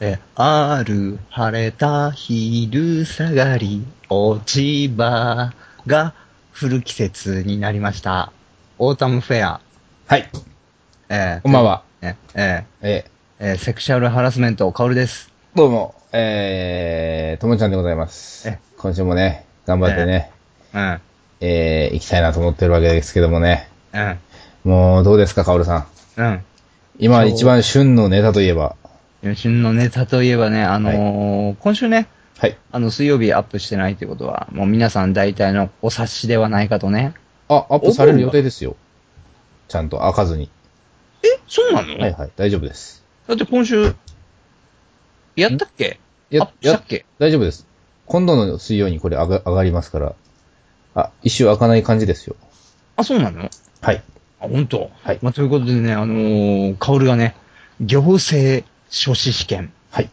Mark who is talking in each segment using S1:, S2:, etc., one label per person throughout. S1: えある晴れた昼下がり、落ち葉が降る季節になりました。オータムフェア。
S2: はい、
S1: えー
S2: こんばんは。
S1: えーえ
S2: えー
S1: ーえーセクシャルハラスメント、カオルです。
S2: どうも、えー、ともちゃんでございます
S1: え。
S2: 今週もね、頑張ってね、
S1: うん。
S2: えー、行きたいなと思ってるわけですけどもね。
S1: うん。
S2: もう、どうですか、かおるさん。
S1: うん。
S2: 今
S1: そう
S2: 一番旬のネタといえば。
S1: 旬のネタといえばね、あのー今週ね、
S2: はい。
S1: あの、水曜日アップしてないってことは、もう皆さん大体のお察しではないかとね。
S2: あ、アップされる予定ですよ。ちゃんと開かずに。
S1: えそうなの
S2: はいはい、大丈夫です。
S1: だって今週、やったっけアップしたっけ
S2: 大丈夫です。今度の水曜にこれ上が上がりますから。あ、一周開かない感じですよ。
S1: あ、そうなの
S2: はい。
S1: あ、本当。
S2: はい
S1: まあ、ということでね、あのー、カオルがね、行政書士試験、
S2: はい。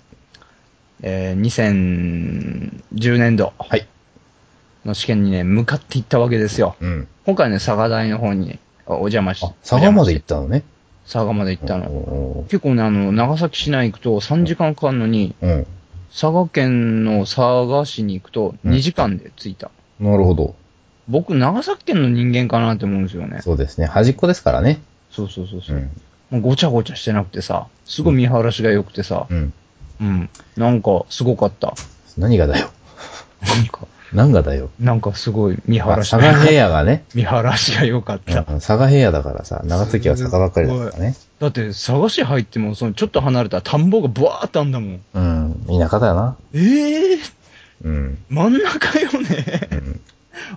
S1: えー、2010年度
S2: はい。
S1: の試験にね、向かっていったわけですよ。
S2: うん。
S1: 今回ね、佐賀大の方にお邪魔し
S2: あ、佐賀まで行
S1: っ
S2: ったのね。
S1: た佐賀まで行ったの。
S2: の。
S1: 結構ね、あの、長崎市内行くと3時間かかるのに、
S2: うん。
S1: 佐賀県の佐賀市に行くと2時間で着いた。
S2: なるほど。
S1: 僕、長崎県の人間かなって思うんですよね。
S2: そうですね。端っこですからね。
S1: そうそうそうそうう。も
S2: ん。
S1: うごちゃごちゃしてなくてさ、すごい見晴らしが良くてさ、
S2: うん。
S1: うん。なんか、すごかった。
S2: 何がだよ。
S1: なんか、
S2: 何がだよ。
S1: なんかすごい見
S2: あ
S1: 晴らし
S2: 佐
S1: が良
S2: 賀
S1: かった。
S2: 平野がね。
S1: 見晴らしが良かっ
S2: うん
S1: た。
S2: 佐賀平野だからさ、長崎は佐賀ばっかりだからね。
S1: だって、佐賀市入っても、その、ちょっと離れたら田んぼがブワーってあんだもん。
S2: うん。田舎だよな。
S1: ええー、
S2: うん。
S1: 真ん中よね
S2: う。ん。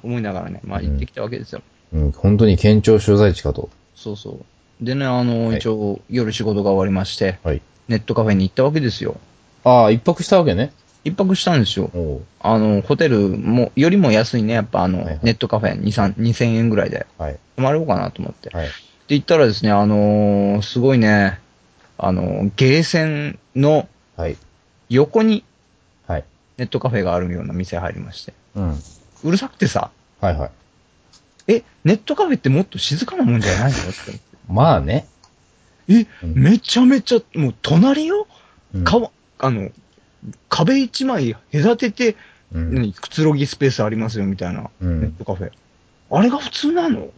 S1: 思いながらね、まあ
S2: うん
S1: 行ってきたわけですよ。
S2: うん、本当に県庁所在地かと。
S1: そうそう。でね、あの、
S2: はい
S1: 一応、夜仕事が終わりまして、
S2: はい。
S1: ネットカフェに行ったわけですよ。
S2: ああ、一泊したわけね。
S1: 一泊したんですよ。
S2: おう
S1: あの、ホテルも、よりも安いね、やっぱあの、
S2: はいはい
S1: ネットカフェ2、3 2000円ぐらいで
S2: はい。
S1: 泊まろうかなと思って。
S2: はい。
S1: って言ったらですね、あのーすごいね、あのーゲーセンの
S2: はい。
S1: 横に
S2: はい。
S1: ネットカフェがあるような店入りまして。
S2: うん。
S1: うるさくてさ、
S2: はいはい。
S1: え、ネットカフェってもっと静かなもんじゃないのって思って。
S2: まあね。
S1: え、
S2: うん
S1: めちゃめちゃ、もう隣よ、
S2: うん
S1: かわあの、壁一枚隔てて、
S2: うん。
S1: 何くつろぎスペースありますよみたいな、
S2: うん
S1: ネットカフェ。あれが普通なのびっ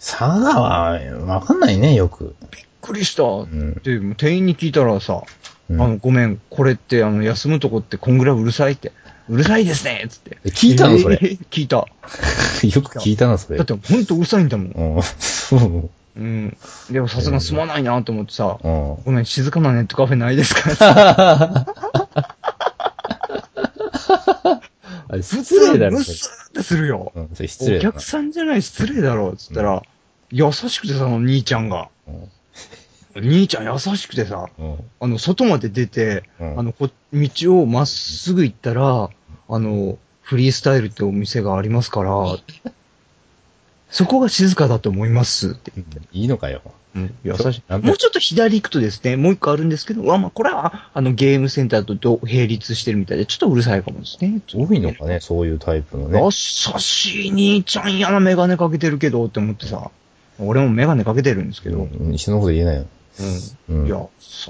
S2: 佐賀は、わかんないね、よく。
S1: くりした。
S2: うん。
S1: で、もう店員に聞いたらさ、
S2: うん
S1: あ の、ごめん、これって、あの、休むとこってこんぐらいうるさいって、うるさいですねっつって。
S2: え聞いたのそれ
S1: 聞いた。
S2: よく聞いたな、それ。
S1: だって、ほんとうるさいんだもん。
S2: うん。 そう。
S1: うん。でも、さすがすまないなと思ってさ、
S2: うん。
S1: ごめん、静かなネットカフェないですかって。
S2: あれ、 失礼だろ、
S1: うっ
S2: それ。
S1: すーってするよ。
S2: うん、それ失
S1: お
S2: 礼だな
S1: 客。さんじゃない、失礼だろ、つったら、優しくてさ、あの兄ちゃんが。
S2: うん
S1: 兄ちゃん優しくてさ、
S2: うん。
S1: あの、外まで出て、
S2: うん
S1: あの、こ道をまっすぐ行ったら、あの、フリースタイルってお店があります から、そこが静かだと思いますって言って。
S2: いいのかよ。
S1: 優しい。
S2: なんだ
S1: もうちょっと左行くとですね、もう一個あるんですけど、あまあ、これは、あの、ゲームセンターとど並立してるみたいで、ちょっとうるさいかもですね。
S2: 多いのかね、そういうタイプのね
S1: 優。しい兄ちゃんやな、メガネかけてるけど、って思ってさ、俺もメガネかけてるんですけど、うん。
S2: うん、人のこと言えないよ。うん
S1: いや、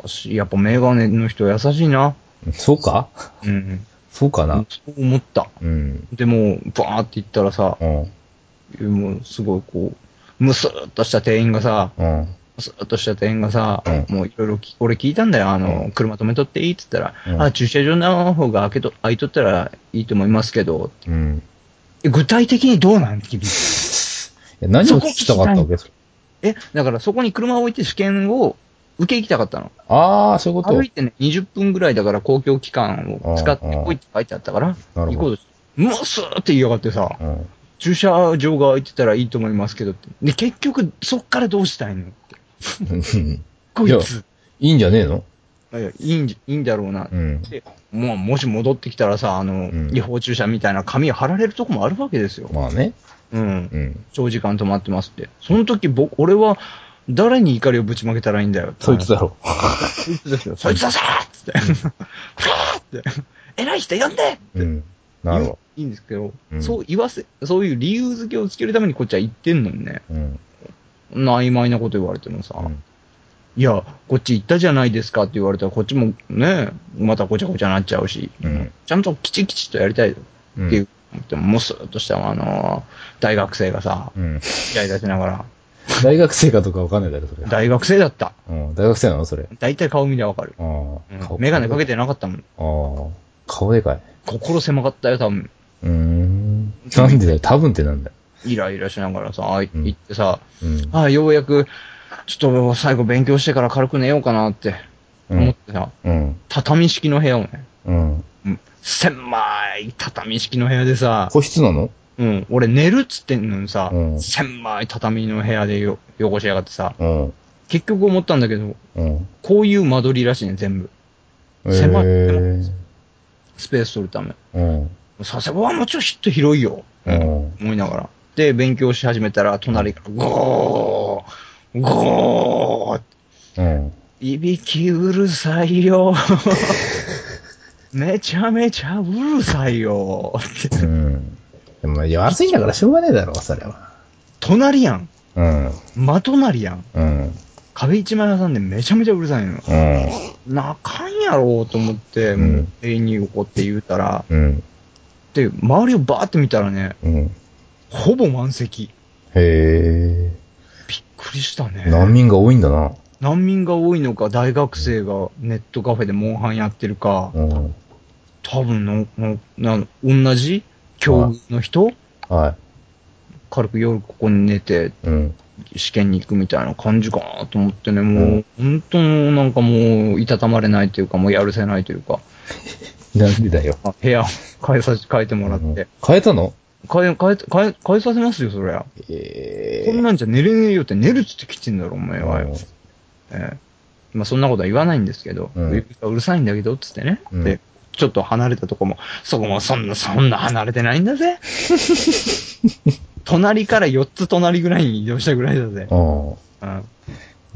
S1: 優しい。やっぱメガネの人優しいな。
S2: そうか
S1: うん。
S2: そうかな。
S1: そう思った。
S2: うん。
S1: で、もう、バーって行ったらさ
S2: う、ん。
S1: もう、すごいこう、むすーっとした店員がさ、
S2: うん。
S1: むすーっとした店員がさ、
S2: う
S1: もういろいろ聞、俺聞いたんだよ、あの、
S2: うん
S1: 車止めとっていいって言ったら、
S2: うん
S1: あ、駐車場の方が開けと、開いとったらいいと思いますけど、
S2: うん。
S1: え具体的にどうなんって聞いて。
S2: いや何を聞きたかったわけ
S1: え、だからそこに車を置いて試験を受け行きたかったの。
S2: ああ、そういうこ
S1: 歩いてね、20分ぐらいだから公共機関を使って
S2: うんうん
S1: 来いって書いてあったから、
S2: なる
S1: 行こ
S2: ほど
S1: うとして、むすーって言いやがってさ、
S2: と。うん。
S1: 駐車場が空いてたらいいと思いますけどって。で、結局、そっからどうしたいのって。
S2: うん
S1: こいつ。
S2: いいんじゃねえの
S1: いやいいんじいいんだろうな
S2: う。ん。
S1: で、もう、もし戻ってきたらさ、あの、
S2: うん
S1: 違法駐車みたいな紙を貼られるとこもあるわけですよ。
S2: まあね。
S1: うん。
S2: うん。
S1: 長時間止まってますって。その時、僕、俺は、誰に怒りをぶちまけたらいいんだよって。
S2: そいつだろ。
S1: そいつですよ。そいつだぞーっつって。ふわーって。偉い人呼んでって
S2: うん。なるほ
S1: いいんですけど、
S2: うん
S1: そう言わせ、そういう理由付けをつけるためにこっちは言ってんのにね。
S2: ど。うん。
S1: そんな曖昧なこと言われてもさ、
S2: うん
S1: いや、こっち行ったじゃないですかって言われたら、こっちもね、またごちゃごちゃなっちゃうし、
S2: うん。
S1: ちゃんときちきちっとやりたいって
S2: うん
S1: いう、でももっそっとした、あのー大学生がさ、
S2: うん。
S1: イライラしながら、
S2: 大学生かどうかわかんないだろ、それ。
S1: 大学生だった。
S2: うん、大学生なのそれ。
S1: 大体顔見りゃわかる。
S2: あー顔
S1: メガネかけてなかったもん。
S2: あー顔でかい。
S1: 心狭かったよ、多分。
S2: うーん。なんでだよ、多分ってなんだよ。
S1: イライラしながらさ、あい
S2: うん
S1: 行ってさ、
S2: うん。
S1: ああ、ようやく、ちょっと最後勉強してから軽く寝ようかなって
S2: う
S1: 思っ
S2: ん。
S1: てさ、
S2: うん。
S1: 畳式の部屋をね、
S2: うん。
S1: うん狭い畳式の部屋でさ、
S2: 個室なの
S1: うん、俺寝るっつってんのにさ、
S2: うん
S1: 狭い畳の部屋でよ汚しやがってさ、
S2: うん。
S1: 結局思ったんだけど、
S2: うん。
S1: こういう間取りらしいね、全部。
S2: え
S1: 狭い
S2: ー
S1: スペース取るため。
S2: うん。
S1: 佐世保はもうちょっと広いよ。
S2: うん。
S1: 思いながら。で、勉強し始めたら、隣から、ゴーゴー
S2: うん。
S1: いびきうるさいよめちゃめちゃうるさいよって
S2: うん。でも、いや、暑いんだからしょうがねえだろ、それは。
S1: 隣やん。
S2: うん。
S1: 真隣やん。
S2: うん。
S1: 壁一枚挟んでめちゃめちゃうるさいのよ。
S2: うん。
S1: なあかんやろうと思って、
S2: うん
S1: もう店員に横って言うたら、
S2: うん。
S1: で、周りをバーって見たらね、
S2: うん。
S1: ほぼ満席。
S2: へ
S1: びっくりしたね。
S2: え。難民が多いんだな。
S1: 難民が多いのか、大学生がネットカフェでモンハンやってるか、
S2: うん。
S1: 多分の、の、な、同じ境遇の人
S2: は
S1: 軽く夜ここに寝て、
S2: い。うん。
S1: 試験に行くみたいな感じかなと思ってね、もう、
S2: うん
S1: 本当のなんかもう、いたたまれないというか、もうやるせないというか、
S2: なんでだよ。
S1: あ部屋を変えさせ、変えてもらって。
S2: 変えたの
S1: 変え、変え、変え、変えさせますよ、そりゃ。
S2: え
S1: こんなんじゃ寝れねえよって寝るっつって来てんだろ、お前はよ。ええまあそんなことは言わないんですけど、
S2: うん
S1: うるさいんだけど、つってね。
S2: うん
S1: で、ちょっと離れたとこも、そこもそんな、そんな離れてないんだ ぜ。隣から4つ隣ぐらいに移動したぐらいだぜ。
S2: うん。
S1: うん。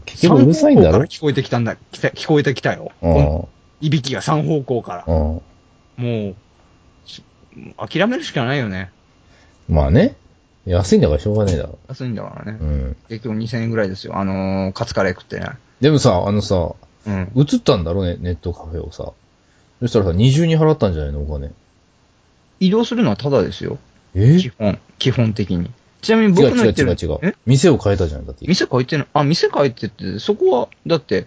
S2: 結局うるさいん
S1: 三
S2: だ
S1: 方向か
S2: ろ
S1: ら聞こえてきたんだ。来た聞こえてきたよ。
S2: う
S1: いびきが3方向から。
S2: ん。うん。
S1: もう、し諦めるしかないよね。
S2: まあね。安いんだからしょうがねえだろ。
S1: 安いんだからね。
S2: うん。
S1: 結局2000円ぐらいですよ。あのーカツカレー食ってね。
S2: でもさ、あのさ、
S1: うん。
S2: 映ったんだろうね、ネットカフェをさ。そしたらさ、二重に払ったんじゃないの、お金。
S1: 移動するのはタダですよ。
S2: え
S1: 基本、基本的に。ちなみに
S2: 違
S1: 僕
S2: う
S1: の
S2: 違
S1: 言
S2: う
S1: って
S2: 違
S1: る
S2: う違
S1: え
S2: う。店を変えたじゃん、だって。
S1: 店書いてない。あ、店書いてって、そこは、だって、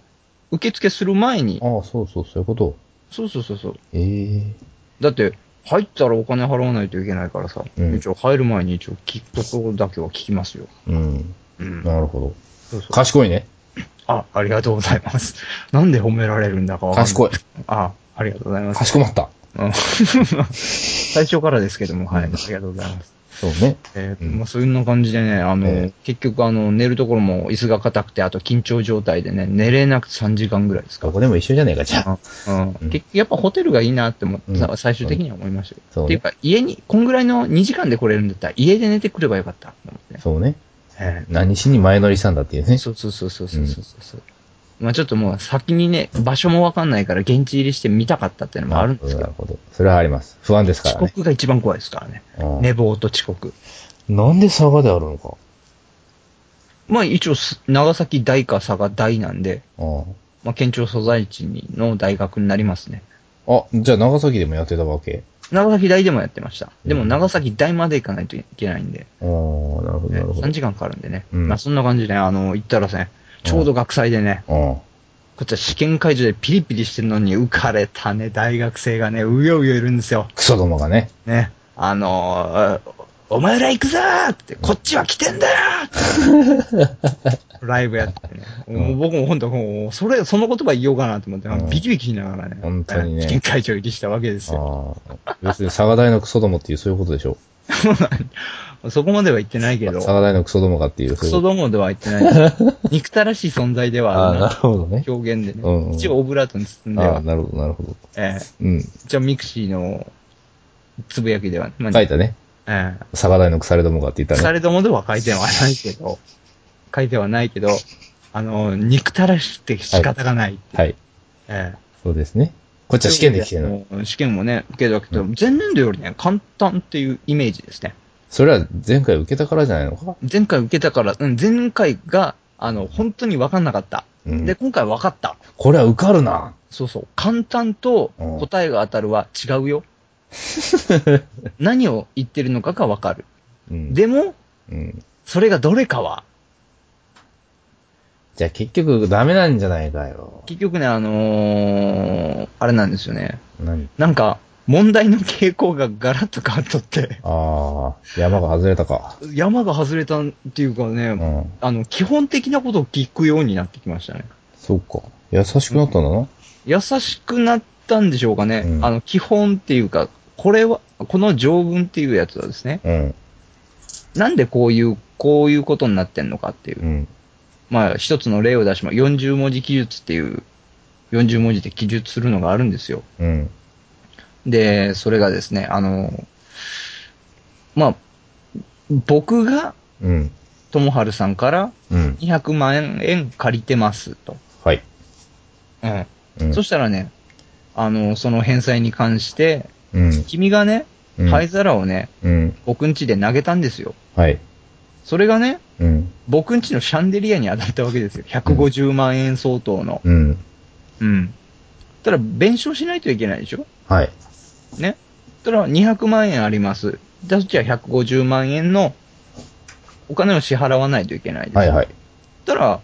S1: 受付する前に、
S2: ああ、そうそう、そういうこと。
S1: そうそうそうそう。
S2: ええ
S1: だって、入ったらお金払わないといけないからさ、
S2: うん
S1: 一応入る前に一応聞くところだけは聞きますよ。
S2: うん。
S1: うん。
S2: なるほど。
S1: そうそう
S2: 賢いね。
S1: あ、ありがとうございます。 なんで褒められるんだかわかんない。
S2: 賢い。
S1: あ、ありがとうございます。
S2: かしこまった。
S1: うん 最初からですけども、はい。ありがとうございます。
S2: そうね。
S1: えー
S2: うん
S1: まあ、そういうような感じでね、あの、
S2: ええ
S1: 結局あの、寝るところも椅子が硬くて、あと緊張状態でね、寝れなくて3時間ぐらいですか。
S2: どこでも一緒じゃねえか、じゃあ。
S1: うん、
S2: うん
S1: 結局やっぱホテルがいいなって思って、
S2: うん
S1: 最終的には思いましたよ。
S2: そう
S1: っ
S2: ね
S1: ていうか、家に、こんぐらいの2時間で来れるんだったら、家で寝てくればよかったと思ってね。
S2: そうね。
S1: え
S2: 何しに前乗りしたんだっていう
S1: え
S2: ね。
S1: そうそうそうそうそうそうそう。まあちょっともう先にね、場所もわかんないから、現地入りして見たかったっていうのもあるんですけど
S2: なる、ほど。それはあります。不安ですか
S1: 遅
S2: らね。
S1: 刻が一番怖いですからね。
S2: うん
S1: 寝坊と遅刻。
S2: なんで佐賀であるのか。
S1: まあ一応す、長崎大か佐賀大なんで、
S2: あ
S1: まあ、県庁所在地の大学になりますね。
S2: あ、じゃあ長崎でもやってたわけ
S1: 長崎大でもやってました。でも長崎大まで行かないといけないんで、
S2: ああ、なるほど、な
S1: ね、
S2: るほど。
S1: 3時間かかるんでね。
S2: うん
S1: まあそんな感じで、ね、あの、行ったらね、ちょうど学祭でね、
S2: あ
S1: こっちは試験会場でピリピリしてるのに浮かれたね、大学生がね、うようよいるんですよ。
S2: あ、クソどもがね。
S1: ね。あのーお前ら行くぞーって、こっちは来てんだよーってライブやってね。もう僕も本当、もうそれ、その言葉言おうかなと思って、
S2: うん
S1: ビキビキしながらね、
S2: 本当にね
S1: 試験会場入りしたわけですよ。
S2: ああ。要するに佐賀大のクソどもっていうそういうことでしょ。
S1: そこまでは言ってないけど、
S2: 佐賀大のクソどもがっていう。
S1: ク
S2: そうい
S1: ソ
S2: うこと
S1: どもでは言って ない。憎たらしい存在では
S2: あ
S1: あ
S2: あ、
S1: る
S2: な
S1: な
S2: る。ほどね。
S1: 表現でね。
S2: うんうん
S1: 一応オブラートに包んで
S2: ああ、
S1: は。
S2: なるほど、なるほど。
S1: ええ
S2: うん。
S1: 一応ミクシーのつぶやきでは、まあ
S2: 書いたね。
S1: ええ
S2: 佐賀大の腐れどもがって言った
S1: 腐
S2: ね。
S1: れどもでは書いてはないけど、書いてはないけど、あの、憎たらしくて仕方がない。
S2: はい。
S1: ええ
S2: そうですね。こっちは試験で来てるの。
S1: もう試験もね、受けたけど、前年度よりね、簡単っていうイメージですね。
S2: それは前回受けたからじゃないのか
S1: 前回受けたから、うん、前回が、あの、本当に分かんなかった。
S2: うん
S1: で、今回分かった。
S2: これは受かるな。
S1: そうそう。簡単と答えが当たるは違 うよ。何を言ってるのかが分かる。
S2: うん、
S1: でも、
S2: うん。
S1: それがどれかは、
S2: じゃあ結局ダメなんじゃないかよ。
S1: 結局ね、あのー、あれなんですよね。
S2: 何
S1: なんか、問題の傾向がガラッと変わっとって、
S2: ああ、山が外れたか。
S1: 山が外れたっていうかね、
S2: うん。
S1: あの、基本的なことを聞くようになってきましたね。
S2: そうか。優しくなったんだな。
S1: 優しくなったんでしょうかね。
S2: うん
S1: あの、基本っていうか、これは、この条文っていうやつはですね、
S2: うん。
S1: なんでこういう、こういうことになってんのかっていう
S2: う。ん。
S1: まあ、一つの例を出します。40文字記述っていう、40文字で記述するのがあるんですよ。
S2: うん。
S1: で、それがですね、あの、まあ、僕が、
S2: うん。
S1: ともはるさんから
S2: うん。
S1: 200万円借りてますと。
S2: はい。
S1: うん。
S2: うん。
S1: そしたらね、あの、その返済に関して、
S2: うん。
S1: 君がね、
S2: うん
S1: 灰皿をね、
S2: うん。
S1: 僕ん家で投げたんですよ。
S2: はい。
S1: それがね、
S2: うん。
S1: 僕ん家のシャンデリアに当たったわけですよ。150万円相当の。
S2: うん。
S1: うん。ただ、弁償しないといけないでしょ
S2: はい。
S1: ね。ただ、200万円あります。じゃあ、じゃあ150万円のお金を支払わないといけないです。
S2: はいはい。
S1: たら、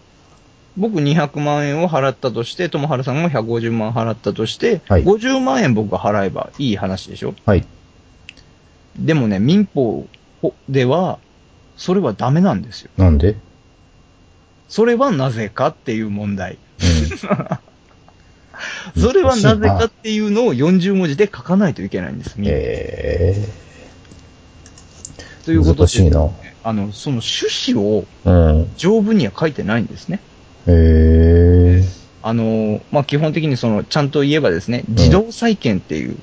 S1: 僕200万円を払ったとして、友原さんも150万払ったとして、
S2: はい
S1: 50万円僕が払えばいい話でしょ
S2: はい。
S1: でもね、民法では、それはダメなんですよ。
S2: なんで
S1: それはなぜかっていう問題。
S2: うん。
S1: それはなぜかっていうのを40文字で書かないといけないんです。 民法
S2: え
S1: ということ
S2: 難し
S1: で、
S2: いな
S1: あの、その趣旨を
S2: えうん。
S1: 条文には書いてないんですね。
S2: ええ
S1: あの、まあ、基本的にその、ちゃんと言えばですね、自動債権っていう、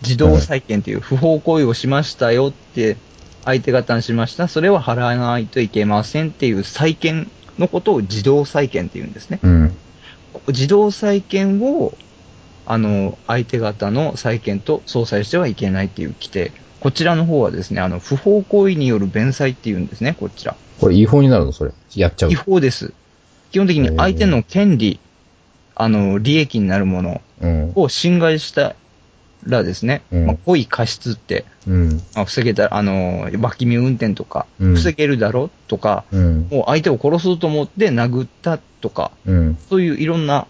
S1: 自動債権っていう不法行為をしましたよって、相手方にしました、それは払わないといけませんっていう債権のことを自動債権って言うんですね。
S2: うん。
S1: 自動債権を、あの、相手方の債権と相殺してはいけないっていう規定。こちらの方はですね、あの、不法行為による弁済っていうんですね、こちら。
S2: これ違法になるのそれ。やっちゃう
S1: 違。法です。基本的に相手の権利、あの、利益になるもの
S2: うん。
S1: を侵害したらですね、
S2: うん
S1: まあ、故意過失って、
S2: うん。
S1: まあ、防げた、あの、脇見運転とか、
S2: うん
S1: 防げるだろとか、
S2: うん。
S1: もう相手を殺そうと思って殴ったとか、
S2: うん。
S1: そういういろんな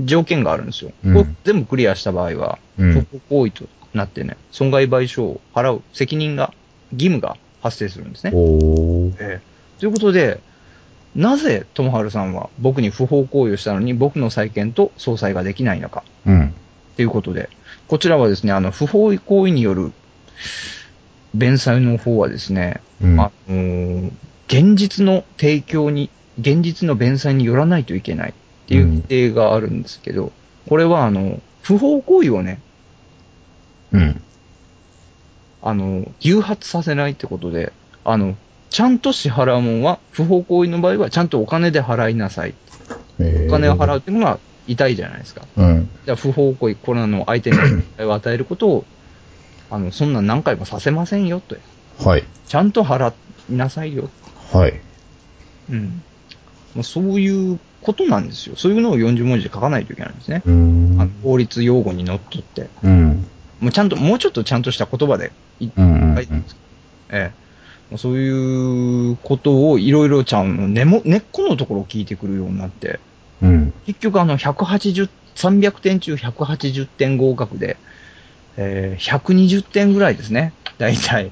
S1: 条件があるんですよ。
S2: うん
S1: これ全部クリアした場合は、
S2: うん
S1: 不法行為となってね、損害賠償を払う責任が、義務が発生するんですね。
S2: お
S1: え
S2: ー。
S1: えということで、なぜ友春さんは僕に不法行為をしたのに僕の債権と相殺ができないのか
S2: うん。
S1: ということで、こちらはですね、あの、不法行為による弁済の方はですね、
S2: うん。
S1: あのー現実の提供に、現実の弁済によらないといけないっていう規定があるんですけど、これはあの、不法行為をね、
S2: うん。
S1: あの、誘発させないってことで、あの、ちゃんと支払うもんは、不法行為の場合は、ちゃんとお金で払いなさい。
S2: お
S1: お金を払う
S2: う。
S1: っていうのが痛いじゃないですか。
S2: うん。
S1: じゃあ、不法行為、コロナの相手に損害を与えることを、あの、そんな何回もさせませんよと。
S2: はい。
S1: ちゃんと払いなさいよ。
S2: はい。
S1: うん。まあ、そういうことなんですよ。そういうのを40文字で書かないといけないんですね。
S2: うー
S1: あの
S2: ん。
S1: 法律用語にのっとって。
S2: うん。
S1: もうちゃんと、もうちょっとちゃんとした言葉でい
S2: うん。う
S1: はい
S2: ん。
S1: ええ、そういうことをいろいろちゃんの根も根っこのところを聞いてくるようになって、
S2: うん。
S1: 結局あの180、300点中180点合格で、えー、120点ぐらいですね、大体。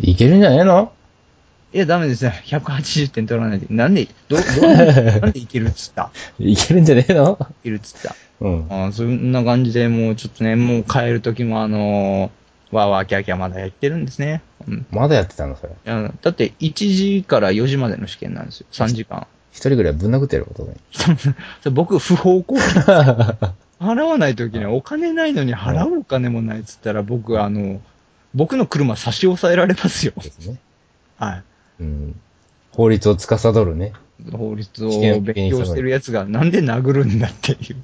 S2: いけるんじゃねえの
S1: いや、ダメですね。180点取らないで。なんで、ど、ど う、なんでいけるっつった
S2: いけるんじゃねえの
S1: いけるっつった。
S2: うん。
S1: あーそんな感じで、もうちょっとね、もう帰る時もあのー、わーわーキャーキャーまだやってるんですね。うん。
S2: まだやってたのそれ。
S1: いやだって1時から4時までの試験なんですよ。3時間。
S2: 一人ぐらいぶん殴ってやることに。
S1: それ僕、不法行為。払わないときにはお金ないのに払うお金もないっつったら僕、あの、僕の車差し押さえられますよ。
S2: ですね。
S1: は
S2: うん。法律を司るね。
S1: い。法律を勉強してるやつがなんで殴るんだっていう。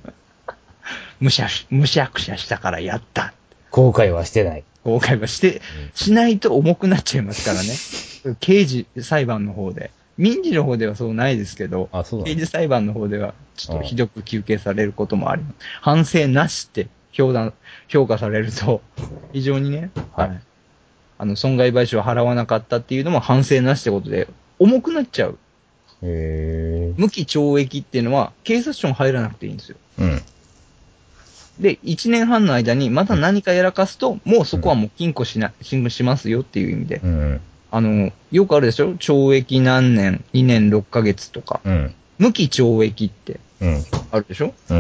S1: むしゃし、むしゃくしゃしたからやった。
S2: 後悔はしてない。
S1: 後 悔はして、しないと重くなっちゃいますからね。刑事裁判の方で。民事の方ではそうないですけど、
S2: あ、そうだ
S1: 刑
S2: ね。
S1: 事裁判の方では、ちょっとひどく求刑されることもあります。反省なしって評断、評価される と、非常にね、
S2: はい
S1: あの、損害賠償を払わなかったっていうのも反省なしってことで、重くなっちゃう。
S2: へ
S1: 無期懲役っていうのは、警察庁に入らなくていいんですよ。
S2: え。うん。
S1: で、1年半の間にまた何かやらかすと、もうそこはもう禁錮しな、禁錮しますよっていう意味で。
S2: うん。
S1: あの、よくあるでしょ懲役何年、2年6ヶ月とか。
S2: うん。
S1: 無期懲役って
S2: うん。
S1: あるでしょ
S2: うん。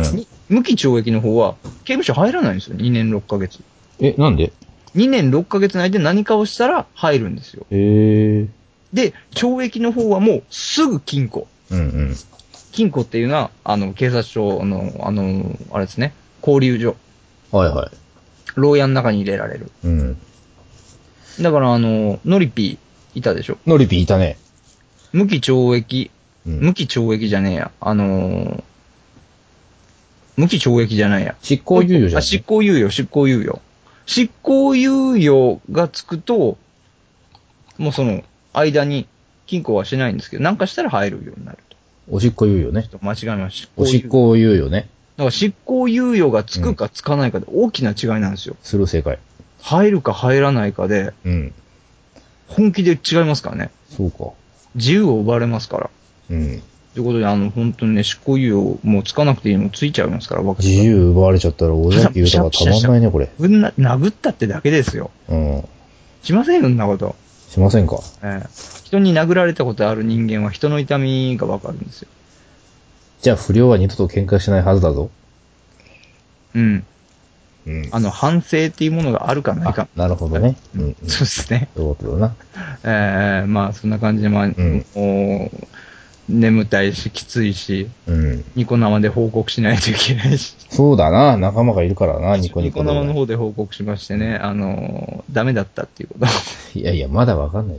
S1: 無期懲役の方は、刑務所入らないんですよ。2年6ヶ月。
S2: え、なんで
S1: 2年6ヶ月の間に何かをしたら入るんですよ。
S2: へえ。
S1: で、懲役の方はもうすぐ禁錮。
S2: うんうん。
S1: 禁錮っていうのは、あの、警察庁の、あの、あれですね、交留所。
S2: はいは
S1: 牢屋の中に入れられる。
S2: い。うん。
S1: だから、あの、ノリピーいたでしょ
S2: ノリピーいたね。
S1: 無期懲役、
S2: うん
S1: 無期懲役じゃねえや。あのー無期懲役じゃないや。
S2: 執行猶予じゃん。
S1: あ執行猶予、執行猶予。執行猶予がつくと、もうその、間に、禁錮はしないんですけど、なんかしたら入るようになると。
S2: お執行猶予ね
S1: ち。ょっと間違えました。
S2: お執
S1: 猶予。
S2: 行猶予ね。
S1: だから執行猶予がつくかつかないかで大きな違いなんですよ。
S2: する正解。
S1: 入るか入らないかで、
S2: うん。
S1: 本気で違いますからね。
S2: そうか。
S1: 自由を奪われますから。
S2: うん。
S1: ということで、あの、本当にね、執行猶予もうつかなくていいのもついちゃいますから、若
S2: 自由奪われちゃったら尾崎豊がたまんないね、これ。
S1: ぶんな、殴ったってだけですよ。
S2: うん。
S1: しませんよ、そんなこと。
S2: しませんか。
S1: ええ人に殴られたことある人間は人の痛みがわかるんですよ。
S2: じゃあ不良は二度と喧嘩しないはずだぞ。
S1: うん。
S2: うん。
S1: あの、反省っていうものがあるかないか
S2: あ。なるほどね。うん。うん
S1: そうですね。
S2: そういうことだな。
S1: ええまあ、そんな感じで、まあ、
S2: ん
S1: もう、眠たいし、きついし、
S2: うん。
S1: ニコ生で報告しないといけないし。
S2: そうだな。仲間がいるからな、ニコニコ動
S1: 生の
S2: 画。
S1: 方で報告しましてね、あの、ダメだったっていうこと。
S2: いやいや、まだわかんない。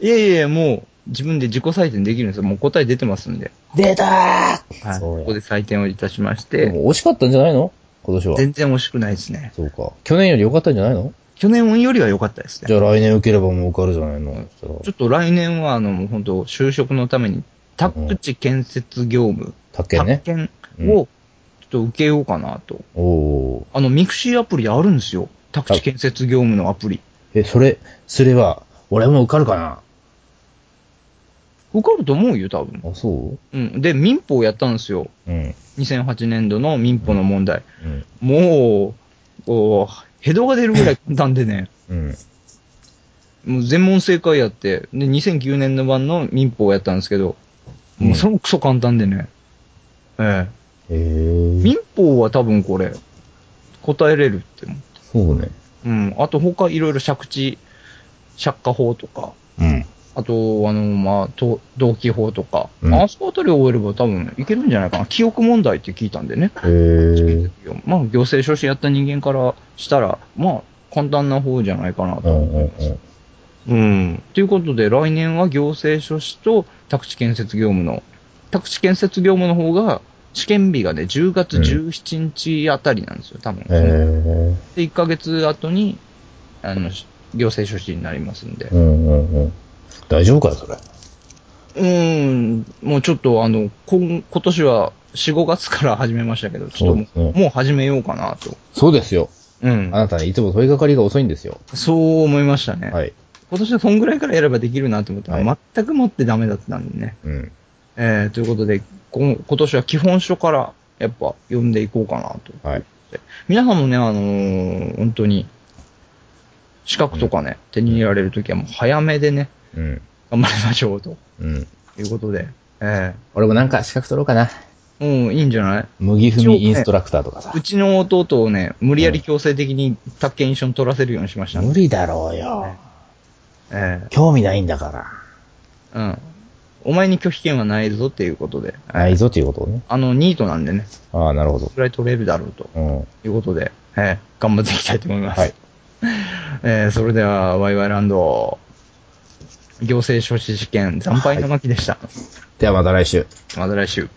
S1: いやいや、もう、自分で自己採点できるんですよ。もう答え出てますんで。
S2: 出た
S1: はい。
S2: そうや
S1: ここで採点をいたしまし
S2: ーで
S1: て、
S2: も惜しかったんじゃないの今年は。
S1: 全然惜しくないですね。
S2: そうか。去年より良かったんじゃないの
S1: 去年よりは良かったです
S2: じ
S1: ね。
S2: ゃあ来年受ければもう受かるじゃないの。そ
S1: ちょ
S2: し
S1: っと来年は、あの、もう本当就職のために、宅地建設業務、
S2: たら、宅建ね。
S1: 宅建を、ちょっと受けようかなと。
S2: おお
S1: あの、ミクシーアプリあるんですよ。宅地建設業務のアプリ。
S2: ー。え、それ、すれば、俺も受かるかな
S1: 受かると思うよ、多分。
S2: あ、そう
S1: うん。で、民法やったんですよ。
S2: うん。
S1: 2008年度の民法の問題。
S2: うん。
S1: もう、こう、ヘドが出るぐらい簡単でね。
S2: うん。
S1: もう全問正解やって、で、2009年の版の民法をやったんですけど、もうそれもクソ簡単でね。ええ。
S2: えー。
S1: 民法は多分これ、答えれるって思う。
S2: そうね。
S1: うん。あと他いろいろ借地、借家法とか、
S2: うん。
S1: あと、あの、まあ、と動機法とか、
S2: うん
S1: あそこあたりを終えれば多分いけるんじゃないかな。記憶問題って聞いたんでね。
S2: えー。
S1: まあ、行政書士やった人間からしたら、まあ、簡単な方じゃないかな
S2: う
S1: と。
S2: んうんうん。
S1: うん。ということで、来年は行政書士と宅地建設業務の、宅地建設業務の方が、試験日がね、10月
S2: うん
S1: 17日あたりなんですよ、多分。
S2: えー。
S1: で、1ヶ月後に、あの、し行政書士になりますんで
S2: う。んうんうん。大丈夫かよ、それ。
S1: うん、もうちょっとあの、今今年は4、5月から始めましたけど、ちょっともう
S2: そうです
S1: もう始めようかなと。
S2: そうですよ。
S1: うん
S2: あ。なたね、いつも問いかかりが遅いんですよ。
S1: そう思いましたね。
S2: はい。
S1: 今年はそんぐらいからやればできるなと思ったら、
S2: は
S1: 全くもってダメだったんでね。
S2: うん。
S1: えー、ということで、こ今年は基本書からやっぱ読んでいこうかなと。
S2: はい。
S1: 皆さんもね、あのー本当に、資格とかね、手に入れられるときはもう早めでね、
S2: うん。
S1: 頑張りましょうと
S2: うん。
S1: いうことで、え
S2: 俺もなんか資格取ろうかな。
S1: ー、うん、いいんじゃない
S2: 麦踏みインストラクターとかさ
S1: う。ちの弟をね、無理やり強制的に宅建一緒に取らせるようにしました、
S2: 無理だろうよ。
S1: え
S2: 興味ないんだから。
S1: えうん。お前に拒否権はないぞっていうことで、
S2: ないぞということをね。
S1: あの、ニートなんでね、
S2: ああ、なるほど。
S1: ぐらい取れるだろうと。
S2: うん。
S1: ということで、えー頑張っていきたいと思います。
S2: はい
S1: えーそれでは、ワイワイランド、行政書士試験惨敗の巻でした。
S2: ではまた来週。
S1: また来週。